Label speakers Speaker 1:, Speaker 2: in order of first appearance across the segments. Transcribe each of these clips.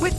Speaker 1: With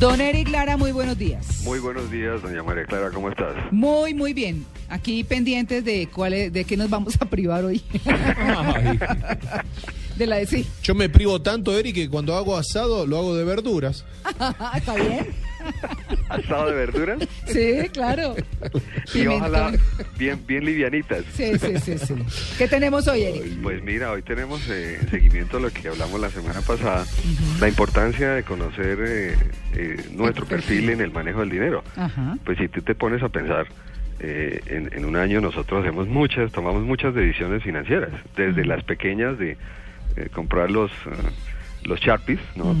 Speaker 2: Don Eric Lara, muy buenos días.
Speaker 3: Muy buenos días, doña María Clara, ¿cómo estás?
Speaker 2: Muy, muy bien. Aquí pendientes de cuál es- de qué nos vamos a privar hoy. de la de sí.
Speaker 4: Yo me privo tanto, Eri, que cuando hago asado lo hago de verduras.
Speaker 2: Ah, ¿Está bien?
Speaker 3: Asado de verduras
Speaker 2: Sí, claro.
Speaker 3: y ojalá
Speaker 2: Pimentón.
Speaker 3: bien, bien livianitas.
Speaker 2: Sí, sí, sí, sí. ¿Qué tenemos hoy, Eric?
Speaker 3: Pues mira, hoy tenemos eh, en seguimiento a lo que hablamos la semana pasada, la importancia de conocer eh, eh, nuestro perfil en el manejo del dinero.
Speaker 2: Ajá.
Speaker 3: Pues si tú te pones a pensar, eh, en, en un año nosotros hacemos muchas, tomamos muchas decisiones financieras, desde las pequeñas de eh, comprar los, eh, los Sharpies, ¿no?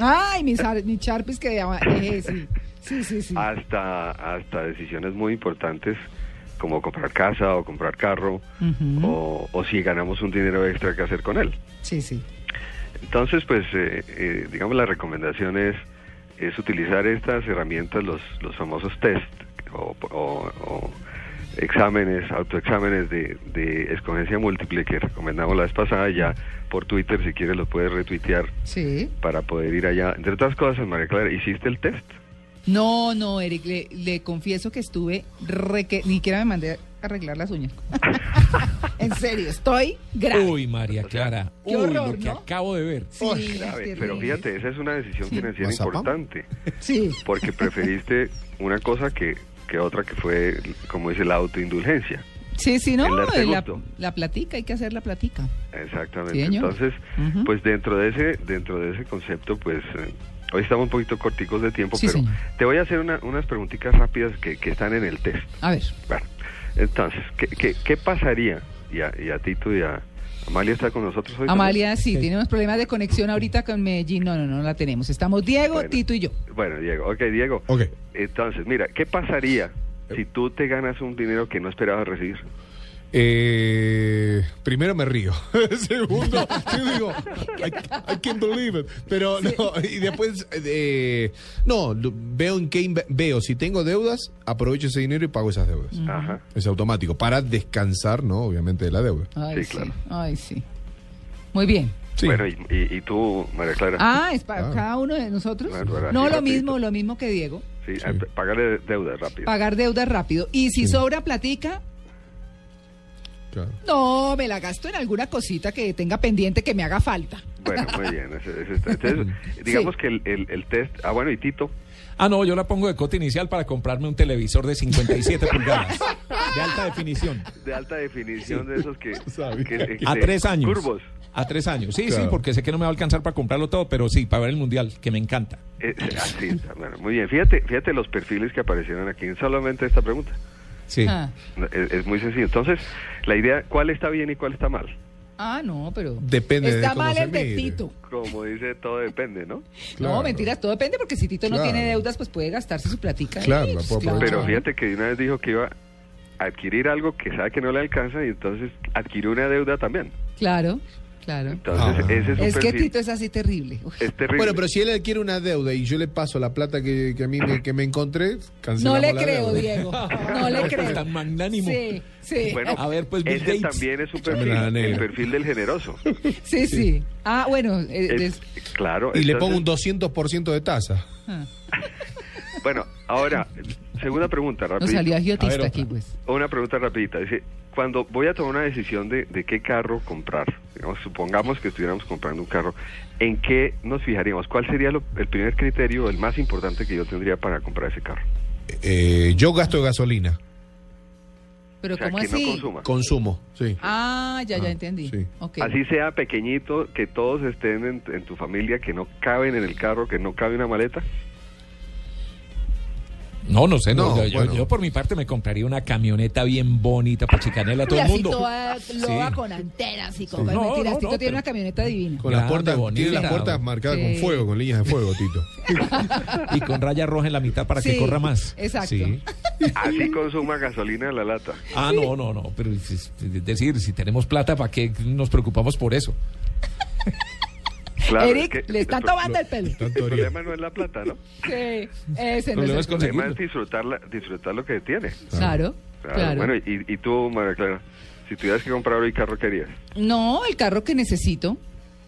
Speaker 2: Ay, mis, ar- mis charpis que llama. eh, sí. sí, sí, sí.
Speaker 3: Ah. hasta hasta decisiones muy importantes como comprar casa o comprar carro
Speaker 2: Ujú.
Speaker 3: o, o si ganamos un dinero extra que hacer con él.
Speaker 2: Sí, sí.
Speaker 3: Entonces, pues, eh, eh, digamos, la recomendación es, es utilizar estas herramientas, los, los famosos test o, o- o exámenes, autoexámenes de, de escogencia múltiple que recomendamos la vez pasada ya por Twitter, si quieres lo puedes retuitear
Speaker 2: Sí.
Speaker 3: para poder ir allá. Entre otras cosas, María Clara, ¿hiciste el test?
Speaker 2: No, no, Eric, le, le confieso que estuve re que ni siquiera me mandé a arreglar las uñas. en serio, estoy grave.
Speaker 5: Uy, María Clara.
Speaker 2: Qué
Speaker 5: Uy,
Speaker 2: horror,
Speaker 5: lo que
Speaker 2: ¿no?
Speaker 5: acabo de ver.
Speaker 2: Sí,
Speaker 3: Uy,
Speaker 2: es
Speaker 3: grave,
Speaker 2: terrible.
Speaker 3: pero fíjate, esa es una decisión
Speaker 2: Sí.
Speaker 3: financiera
Speaker 4: ¿Mazapán?
Speaker 3: importante,
Speaker 2: Sí.
Speaker 3: porque preferiste una cosa que, que otra que fue, como dice, la autoindulgencia.
Speaker 2: Sí, sí, no, eh,
Speaker 3: El arte
Speaker 2: la,
Speaker 3: gusto.
Speaker 2: la platica, hay que hacer la platica.
Speaker 3: Exactamente.
Speaker 2: Sí, señor.
Speaker 3: Entonces,
Speaker 2: Ujú.
Speaker 3: pues dentro de ese, dentro de ese concepto, pues eh, hoy estamos un poquito corticos de tiempo,
Speaker 2: Sí,
Speaker 3: pero
Speaker 2: señor.
Speaker 3: te voy a hacer una- unas preguntitas rápidas que, que están en el test.
Speaker 2: A ver,
Speaker 3: Bueno, entonces, ¿qué, qué, qué pasaría? Y a, y a Tito y a Amalia está con nosotros hoy. también?
Speaker 2: Amalia, sí, tiene unos problemas de conexión ahorita con Medellín. No, no, no, no la tenemos. Estamos Diego,
Speaker 3: Bueno.
Speaker 2: Tito y yo.
Speaker 3: Bueno, Diego. Ok, Diego.
Speaker 4: Ok.
Speaker 3: Entonces, mira, ¿qué pasaría si tú te ganas un dinero que no esperabas recibir?
Speaker 4: Eh, primero me río. Segundo, yo digo, I, I can't believe it. Pero no, y después, eh, no, lo- veo en qué inve- veo. Si tengo deudas, aprovecho ese dinero y pago esas deudas.
Speaker 5: Mm.
Speaker 3: Ajá.
Speaker 4: Es automático. Para descansar, ¿no? Obviamente, de la deuda.
Speaker 2: Ay,
Speaker 3: Sí, claro.
Speaker 2: Ay, sí. Muy bien.
Speaker 4: Sí.
Speaker 3: Bueno, y, y- y tú, María Clara.
Speaker 2: Ah, es para
Speaker 4: Ah.
Speaker 2: cada uno de nosotros.
Speaker 3: Claro, ahora
Speaker 2: no,
Speaker 3: sí,
Speaker 2: lo
Speaker 3: rapidito.
Speaker 2: mismo, lo mismo que Diego.
Speaker 3: sí, ah, p- pagarle deudas rápido.
Speaker 2: Pagar deudas rápido. Y si sobra platica,
Speaker 4: Claro.
Speaker 2: no, me la gasto en alguna cosita que tenga pendiente que me haga falta.
Speaker 3: Bueno, muy bien. ese- ese está. Entonces, digamos
Speaker 2: Sí.
Speaker 3: que el, el- el test. Ah, bueno, y Tito.
Speaker 5: Ah, no, yo la pongo de cota inicial para comprarme un televisor de 57 pulgadas. De alta definición.
Speaker 3: De alta definición de esos que.
Speaker 4: Sabía
Speaker 3: que-
Speaker 5: A
Speaker 3: de-
Speaker 5: tres años.
Speaker 3: Curvos.
Speaker 5: A tres años. Sí, sí,
Speaker 4: Claro.
Speaker 5: porque sé que no me va a alcanzar para comprarlo todo, pero sí, para ver el mundial, que me encanta.
Speaker 3: Eh, eh, así está, bueno, muy bien. Fíjate, fíjate los perfiles que aparecieron aquí en solamente esta pregunta.
Speaker 5: Sí.
Speaker 2: Ah.
Speaker 3: Es, es muy sencillo. Entonces, la idea, ¿cuál está bien y cuál está mal?
Speaker 2: Ah, no, pero.
Speaker 4: Depende de
Speaker 2: Está
Speaker 4: cómo
Speaker 2: mal
Speaker 4: se
Speaker 2: el de
Speaker 4: mire.
Speaker 2: Tito.
Speaker 3: Como dice, todo depende, ¿no?
Speaker 2: No,
Speaker 4: Claro.
Speaker 2: mentiras, todo depende porque si Tito no
Speaker 4: Claro.
Speaker 2: tiene deudas, pues puede gastarse su platica. ahí,
Speaker 4: Claro, la
Speaker 2: pues,
Speaker 4: puedo aprovechar.
Speaker 3: Pero
Speaker 4: Ajá.
Speaker 3: fíjate que una vez dijo que iba a adquirir algo que sabe que no le alcanza y entonces adquirió una deuda también.
Speaker 2: Claro, claro.
Speaker 3: Entonces,
Speaker 4: Ah.
Speaker 3: ese es un
Speaker 2: Es que
Speaker 3: perfil.
Speaker 2: Tito es así terrible. Uy.
Speaker 3: Es terrible.
Speaker 4: Bueno, pero si él adquiere una deuda y yo le paso la plata que, que a mí me, que me encontré,
Speaker 2: No
Speaker 4: cancelamos
Speaker 2: le
Speaker 4: la
Speaker 2: creo,
Speaker 4: deuda.
Speaker 2: Diego. No le creo.
Speaker 5: Tan magnánimo.
Speaker 2: Sí, sí.
Speaker 3: Bueno,
Speaker 5: A ver, pues, Bill
Speaker 3: ese
Speaker 5: Gates.
Speaker 3: también es un
Speaker 4: Échamela
Speaker 3: perfil,
Speaker 4: a la negra.
Speaker 3: el perfil del generoso.
Speaker 2: sí, sí. Ah, bueno. eh,
Speaker 3: Es-
Speaker 2: des-
Speaker 3: claro.
Speaker 4: Y le
Speaker 3: entonces-
Speaker 4: pongo un 200% de tasa.
Speaker 2: ah,
Speaker 3: Bueno, ahora, segunda pregunta,
Speaker 2: no
Speaker 3: rapidito.
Speaker 2: salió
Speaker 5: A ver,
Speaker 2: agiotista
Speaker 5: otra.
Speaker 2: aquí, pues.
Speaker 3: Una pregunta rapidita. Dice, cuando voy a tomar una decisión de, de qué carro comprar, digamos, supongamos que estuviéramos comprando un carro, ¿en qué nos fijaríamos? ¿Cuál sería lo- el primer criterio, el más importante que yo tendría para comprar ese carro?
Speaker 4: Eh, yo gasto de gasolina.
Speaker 2: Pero
Speaker 3: o sea,
Speaker 2: ¿cómo
Speaker 3: que no
Speaker 2: así?
Speaker 3: consuma.
Speaker 4: Consumo, sí.
Speaker 2: ah, ya, ya
Speaker 4: Ah,
Speaker 2: entendí.
Speaker 4: sí.
Speaker 2: Ok.
Speaker 3: Así sea pequeñito, que todos estén en, en tu familia, que no caben en el carro, que no cabe una maleta.
Speaker 5: No, no sé, no,
Speaker 4: No,
Speaker 5: yo, yo-
Speaker 4: bueno.
Speaker 5: yo por mi parte me compraría una camioneta bien bonita para chicanearle a todo
Speaker 2: Y
Speaker 5: el
Speaker 2: así
Speaker 5: mundo.
Speaker 2: toda eh, loba
Speaker 5: Sí.
Speaker 2: con antenas y con...
Speaker 5: No, no,
Speaker 2: Mentira, Tito
Speaker 5: no,
Speaker 2: tiene
Speaker 5: pero-
Speaker 2: una camioneta divina.
Speaker 4: Con las
Speaker 5: Grande,
Speaker 4: puertas, tiene
Speaker 5: bonita.
Speaker 4: las puertas marcadas
Speaker 2: Sí.
Speaker 4: con fuego, con líneas de fuego, Tito.
Speaker 5: Y con raya roja en la mitad para
Speaker 2: Sí,
Speaker 5: que corra más.
Speaker 2: exacto.
Speaker 3: Así consuma gasolina en la lata.
Speaker 5: Ah, no, no, no, pero es, es- es decir, si tenemos plata, ¿para qué nos preocupamos por eso?
Speaker 3: Claro,
Speaker 2: Eric,
Speaker 3: es que
Speaker 2: le está
Speaker 3: el pro-
Speaker 2: tomando el pelo.
Speaker 3: El
Speaker 4: Tanto haría.
Speaker 3: problema no es la plata, ¿no?
Speaker 2: Sí, ese
Speaker 5: El
Speaker 2: no es el-
Speaker 5: problema es
Speaker 3: El problema es
Speaker 5: conseguirlo.
Speaker 3: disfrutar, la- disfrutar lo que tiene.
Speaker 2: Claro,
Speaker 3: Claro,
Speaker 2: claro.
Speaker 3: Bueno, y, y tú, María Clara, si tuvieras que comprar hoy carro, ¿qué harías?
Speaker 2: No, el carro que necesito.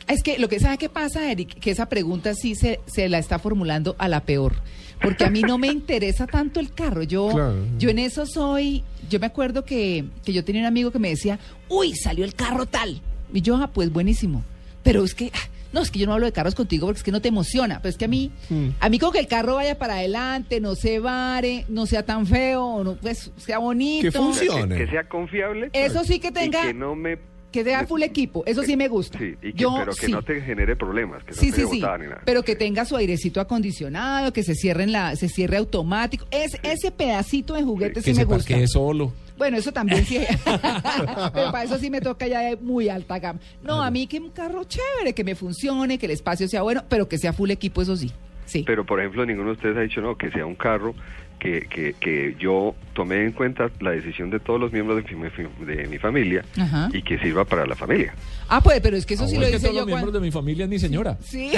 Speaker 2: Es que lo que sabe qué pasa, Eric, que esa pregunta sí se, se la está formulando a la peor. Porque a mí no me interesa tanto el carro. Yo,
Speaker 4: Claro.
Speaker 2: yo en eso soy. Yo me acuerdo que, que yo tenía un amigo que me decía, uy, salió el carro tal. Y yo, ah, pues buenísimo. Pero es que, ah, no, es que yo no hablo de carros contigo porque es que no te emociona. Pero es que a mí,
Speaker 4: Mm.
Speaker 2: a mí con que el carro vaya para adelante, no se vare, no sea tan feo, o no, pues, sea bonito.
Speaker 4: Que funcione.
Speaker 3: Que,
Speaker 4: Pone.
Speaker 3: que sea confiable.
Speaker 2: Eso sí que tenga-
Speaker 3: Y que no me...
Speaker 2: Que sea full equipo, eso sí me gusta.
Speaker 3: Sí, y que,
Speaker 2: Yo
Speaker 3: pero que
Speaker 2: sí.
Speaker 3: no te genere problemas, que
Speaker 2: Sí,
Speaker 3: no te
Speaker 2: sí, sí.
Speaker 3: botada ni nada.
Speaker 2: Pero que tenga su airecito acondicionado, que se cierre en la, se cierre automático. Es ese pedacito de juguete Pues sí
Speaker 5: que
Speaker 2: me
Speaker 5: se
Speaker 2: gusta.
Speaker 5: parquee solo.
Speaker 2: Bueno, eso también sí. Pero para eso sí me toca ya de muy alta gama. No, a mí que un carro chévere, que me funcione, que el espacio sea bueno, pero que sea full equipo, eso sí. Sí.
Speaker 3: Pero, por ejemplo, ninguno de ustedes ha dicho, no, que sea un carro que, que, que yo tomé en cuenta la decisión de todos los miembros de mi, de mi familia
Speaker 2: Ajá.
Speaker 3: y que sirva para la familia.
Speaker 2: Ah, pues, pero es que eso
Speaker 5: Ah,
Speaker 2: sí
Speaker 5: bueno,
Speaker 2: lo
Speaker 5: es que
Speaker 2: hice
Speaker 5: todos
Speaker 2: yo
Speaker 5: los miembros
Speaker 2: cuando.
Speaker 5: de mi familia es mi señora.
Speaker 2: Sí.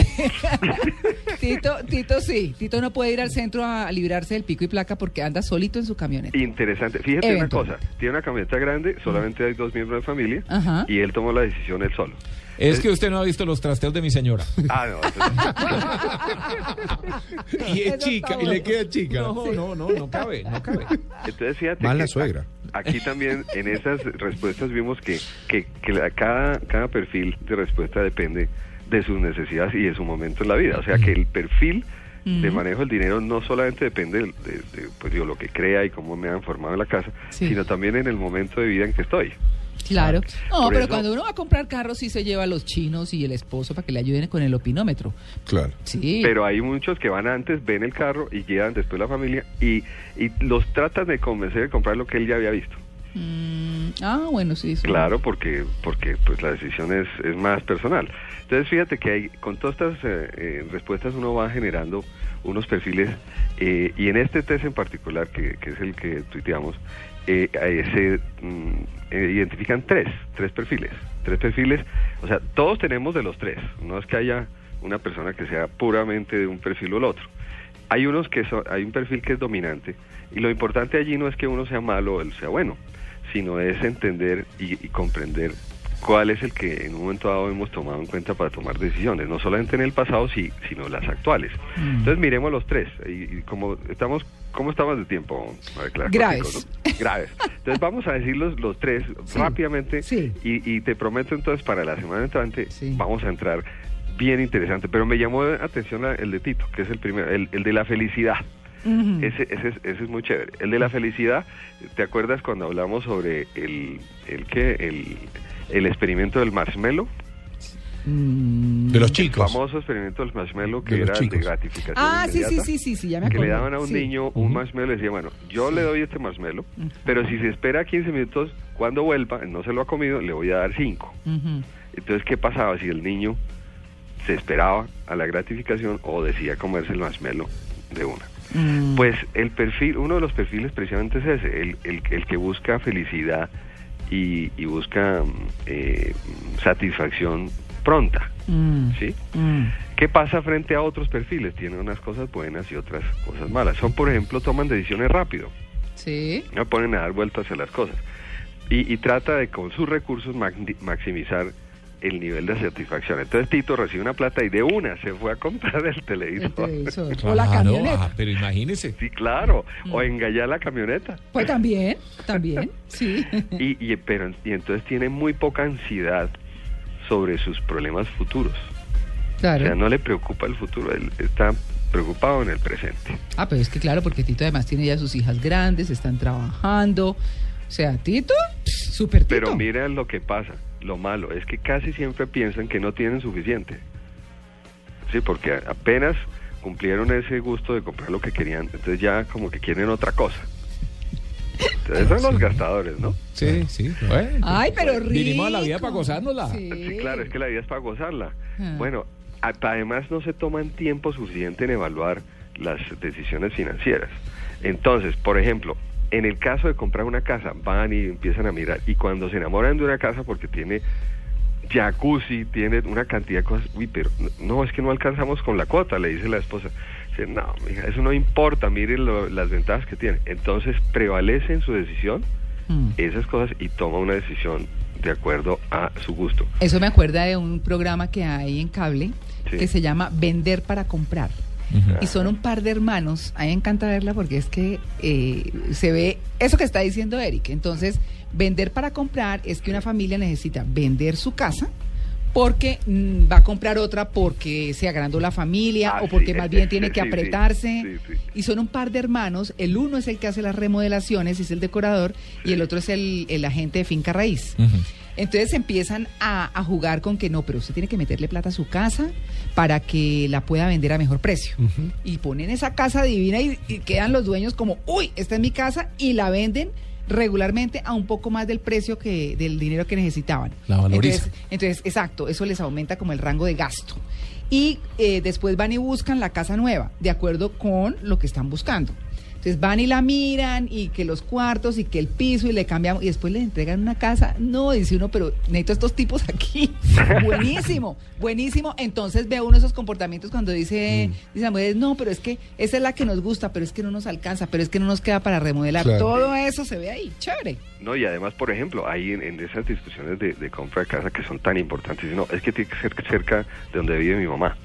Speaker 2: Tito, Tito sí. Tito no puede ir al centro a librarse del pico y placa porque anda solito en su camioneta.
Speaker 3: Interesante. Fíjate una cosa,
Speaker 2: Eventualmente.
Speaker 3: tiene una camioneta grande, solamente hay dos miembros de familia
Speaker 2: Ajá.
Speaker 3: y él tomó la decisión él solo.
Speaker 5: Es que usted no ha visto los trasteos de mi señora.
Speaker 3: Ah, no. entonces-
Speaker 4: Y
Speaker 2: Eso
Speaker 4: es
Speaker 2: está
Speaker 4: chica, y
Speaker 2: bueno.
Speaker 4: le queda chica.
Speaker 5: No, no, no, no cabe, no cabe.
Speaker 3: Entonces, fíjate
Speaker 4: Mala
Speaker 3: que
Speaker 4: suegra.
Speaker 3: a- Aquí también en esas respuestas vimos que, que, que la- cada, cada perfil de respuesta depende de sus necesidades y de su momento en la vida. O sea que el perfil de manejo del dinero no solamente depende de, de, pues, digo, lo que crea y cómo me han formado en la casa,
Speaker 2: Sí.
Speaker 3: sino también en el momento de vida en que estoy.
Speaker 2: Claro. No,
Speaker 3: Por
Speaker 2: pero
Speaker 3: eso-
Speaker 2: cuando uno va a comprar carros sí se lleva a los chinos y el esposo para que le ayuden con el opinómetro.
Speaker 4: Claro.
Speaker 2: Sí.
Speaker 3: Pero hay muchos que van antes, ven el carro y llevan después la familia y, y los tratan de convencer de comprar lo que él ya había visto.
Speaker 2: Mm, ah, bueno, sí. eso-
Speaker 3: Claro, porque porque pues la decisión es, es más personal. Entonces fíjate que hay, con todas estas eh, eh, respuestas uno va generando unos perfiles eh, y en este test en particular, que, que es el que tuiteamos, eh, eh, se mm, eh, identifican tres, tres perfiles. Tres perfiles, o sea, todos tenemos de los tres, no es que haya una persona que sea puramente de un perfil o el otro. Hay unos que son, hay un perfil que es dominante y lo importante allí no es que uno sea malo o él sea bueno, sino es entender y, y comprender cuál es el que en un momento dado hemos tomado en cuenta para tomar decisiones, no solamente en el pasado, sí, sino las actuales.
Speaker 2: Mm.
Speaker 3: Entonces miremos los tres y, y como estamos, cómo estamos de tiempo, María Clara?
Speaker 2: Graves.
Speaker 3: Cortico, ¿no? Graves. Entonces vamos a decir los, los tres
Speaker 2: Sí,
Speaker 3: rápidamente
Speaker 2: sí.
Speaker 3: y, y te prometo entonces para la semana entrante
Speaker 2: Sí.
Speaker 3: vamos a entrar bien interesante, pero me llamó la atención la- el de Tito, que es el primero, el, el de la felicidad. Ese, ese, es- ese es muy chévere. El de la felicidad, ¿te acuerdas cuando hablamos sobre el, el que el, el experimento del marshmallow?
Speaker 4: De los
Speaker 3: El
Speaker 4: chicos.
Speaker 3: famoso experimento del marshmallow que
Speaker 4: De los
Speaker 3: era el de
Speaker 4: chicos.
Speaker 3: gratificación
Speaker 2: Ah, sí, sí,
Speaker 3: inmediata
Speaker 2: sí, sí, sí, ya me
Speaker 3: que
Speaker 2: acuerdo.
Speaker 3: le daban a un
Speaker 2: Sí.
Speaker 3: niño un marshmallow y decía, bueno, yo le doy este marshmallow, pero si se espera 15 minutos, cuando vuelva, no se lo ha comido, le voy a dar 5.
Speaker 2: Ujú.
Speaker 3: Entonces, ¿qué pasaba si el niño se esperaba a la gratificación o decía comerse el marshmallow de una?
Speaker 2: Mm.
Speaker 3: Pues el perfil, uno de los perfiles precisamente es ese, el, el- el que busca felicidad y, y busca mm, eh, mm, satisfacción pronta,
Speaker 2: Mm,
Speaker 3: ¿sí?
Speaker 2: mm.
Speaker 3: ¿Qué pasa frente a otros perfiles? Tienen unas cosas buenas y otras cosas malas. Son, por ejemplo, toman decisiones rápido,
Speaker 2: Sí.
Speaker 3: no ponen a dar vueltas a las cosas. Y, y trata de con sus recursos magni- maximizar el nivel de satisfacción. Entonces Tito recibe una plata y de una se fue a comprar el
Speaker 2: el
Speaker 3: televisor.
Speaker 2: televisor. Mm. O
Speaker 5: Claro,
Speaker 2: la
Speaker 5: ah,
Speaker 2: camioneta.
Speaker 5: pero imagínese.
Speaker 3: Sí, claro. O engallar la camioneta.
Speaker 2: Pues también, también, sí.
Speaker 3: Y, y- pero, y entonces tiene muy poca ansiedad sobre sus problemas futuros. O sea,
Speaker 2: Claro.
Speaker 3: no le preocupa el futuro, él está preocupado en el presente.
Speaker 2: Ah, pero es que claro, porque Tito además tiene ya sus hijas grandes, están trabajando. O sea, Tito, pss, súper Tito.
Speaker 3: Pero mira lo que pasa, lo malo es que casi siempre piensan que no tienen suficiente. Sí, porque apenas cumplieron ese gusto de comprar lo que querían, entonces ya como que quieren otra cosa. Entonces son los gastadores, ¿no?
Speaker 4: Sí, sí.
Speaker 5: Bueno,
Speaker 2: Ay, pero rico.
Speaker 5: vinimos a la vida para gozárnosla.
Speaker 2: Sí.
Speaker 3: pues, Sí, claro, es que la vida es para gozarla. Bueno, a- además no se toman tiempo suficiente en evaluar las decisiones financieras. Entonces, por ejemplo, en el caso de comprar una casa, van y empiezan a mirar. Y cuando se enamoran de una casa porque tiene jacuzzi, tiene una cantidad de cosas, uy, pero no, es que no alcanzamos con la cuota, le dice la esposa. Dice, no, mija, eso no importa, miren lo- las ventajas que tiene. Entonces, prevalece en su decisión esas cosas y toma una decisión de acuerdo a su gusto.
Speaker 2: Eso me acuerda de un programa que hay en cable
Speaker 3: Sí.
Speaker 2: que se llama Vender para comprar. Y son un par de hermanos. A mí me encanta verla porque es que eh, se ve eso que está diciendo Eric. Entonces, vender para comprar es que una familia necesita vender su casa porque mm, va a comprar otra porque se agrandó la familia
Speaker 3: Ah,
Speaker 2: o porque
Speaker 3: sí,
Speaker 2: más
Speaker 3: eh,
Speaker 2: bien
Speaker 3: eh,
Speaker 2: tiene que
Speaker 3: sí, sí,
Speaker 2: apretarse.
Speaker 3: sí, sí.
Speaker 2: Y son un par de hermanos. El uno es el que hace las remodelaciones, es el decorador, y el otro es el, el agente de finca raíz.
Speaker 5: Ujú.
Speaker 2: Entonces empiezan a, a jugar con que no, pero usted tiene que meterle plata a su casa para que la pueda vender a mejor precio. Y ponen esa casa divina y, y quedan los dueños como, uy, esta es mi casa y la venden regularmente a un poco más del precio que del dinero que necesitaban.
Speaker 5: La valorizan.
Speaker 2: Entonces, entonces, exacto, eso les aumenta como el rango de gasto. Y eh, después van y buscan la casa nueva, de acuerdo con lo que están buscando. Entonces van y la miran y que los cuartos y que el piso y le cambiamos y después le entregan una casa. No, dice uno, pero necesito estos tipos aquí. buenísimo, buenísimo. Entonces ve uno esos comportamientos cuando dice, dice la mujer, no, pero es que esa es la que nos gusta, pero es que no nos alcanza, pero es que no nos queda para remodelar.
Speaker 4: Claro.
Speaker 2: Todo eso se ve ahí, chévere.
Speaker 3: No, y además, por ejemplo, hay en, en esas discusiones de, de compra de casa que son tan importantes, no, es que tiene que ser cerca de donde vive mi mamá.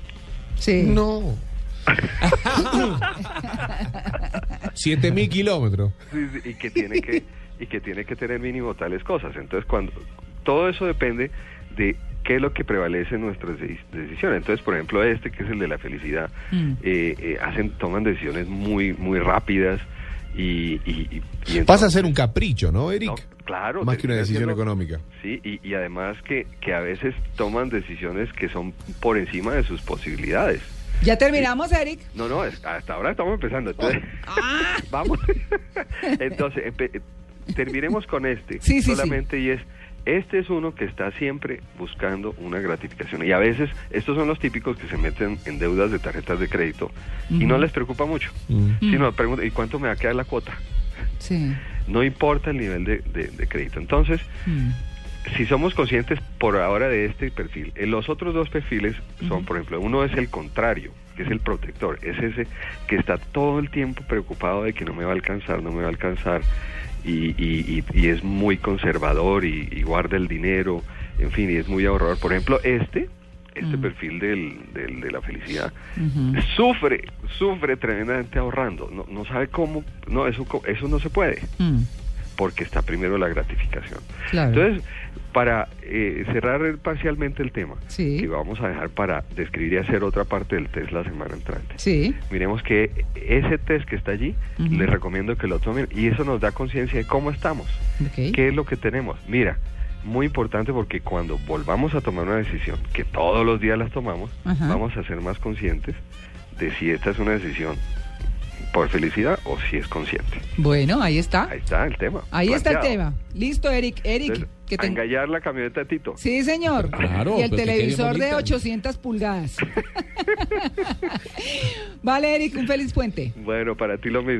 Speaker 2: Sí.
Speaker 4: No. 7000 kilómetros.
Speaker 3: Sí, sí, Y que tiene que, y que tiene que tener mínimo tales cosas. Entonces, cuando todo eso depende de qué es lo que prevalece en nuestras de- decisiones. Entonces, por ejemplo, este que es el de la felicidad,
Speaker 4: Mm.
Speaker 3: eh, eh, hacen, toman decisiones muy, muy rápidas y, y- y- y
Speaker 4: Pasa a
Speaker 3: entonces-
Speaker 4: ser un capricho, ¿no, Eric?
Speaker 3: No, claro.
Speaker 4: Más que una
Speaker 3: termina
Speaker 4: decisión
Speaker 3: siendo-
Speaker 4: económica.
Speaker 3: Sí, y, y además que, que a veces toman decisiones que son por encima de sus posibilidades.
Speaker 2: Ya terminamos, Eric.
Speaker 3: No, no, es- hasta ahora estamos empezando.
Speaker 2: Oh.
Speaker 3: Entonces, vamos. Entonces, empe- eh, terminemos con este.
Speaker 2: Sí, sí, sí.
Speaker 3: solamente y es, este es uno que está siempre buscando una gratificación. Y a veces, estos son los típicos que se meten en deudas de tarjetas de crédito y no les preocupa mucho. Sino preguntan, ¿y cuánto me va a quedar la cuota?
Speaker 2: Sí.
Speaker 3: No importa el nivel de, de- de crédito. Entonces, Mm, si somos conscientes por ahora de este perfil, eh, los otros dos perfiles son, por ejemplo, uno es el contrario, que es el protector, es ese que está todo el tiempo preocupado de que no me va a alcanzar, no me va a alcanzar, y, y- y- y es muy conservador y, y guarda el dinero, en fin, y es muy ahorrador. Por ejemplo, este, este perfil del, del- de la felicidad, sufre, sufre tremendamente ahorrando, no, no sabe cómo, no, eso, co- eso no se puede
Speaker 2: Mm,
Speaker 3: porque está primero la gratificación.
Speaker 2: Claro.
Speaker 3: Entonces, para eh, cerrar parcialmente el tema,
Speaker 2: Sí.
Speaker 3: que vamos a dejar para describir y hacer otra parte del test la semana entrante.
Speaker 2: Sí.
Speaker 3: Miremos que ese test que está allí, les recomiendo que lo tomen y eso nos da conciencia de cómo estamos,
Speaker 2: Ok.
Speaker 3: qué es lo que tenemos. Mira, muy importante porque cuando volvamos a tomar una decisión, que todos los días las tomamos,
Speaker 2: Ajá.
Speaker 3: vamos a ser más conscientes de si esta es una decisión por felicidad o si es consciente.
Speaker 2: Bueno, ahí está.
Speaker 3: Ahí está el tema.
Speaker 2: Ahí está el
Speaker 3: planteado.
Speaker 2: tema. Listo, Eric. Eric,
Speaker 3: Entonces,
Speaker 2: que
Speaker 3: a
Speaker 2: te...
Speaker 3: engallar la camioneta de Tito.
Speaker 2: Sí, señor.
Speaker 5: Claro,
Speaker 2: y el
Speaker 5: pero que quede
Speaker 2: televisor de
Speaker 5: bonita.
Speaker 2: 800 pulgadas. vale, Eric, un feliz puente.
Speaker 3: Bueno, para ti lo mismo.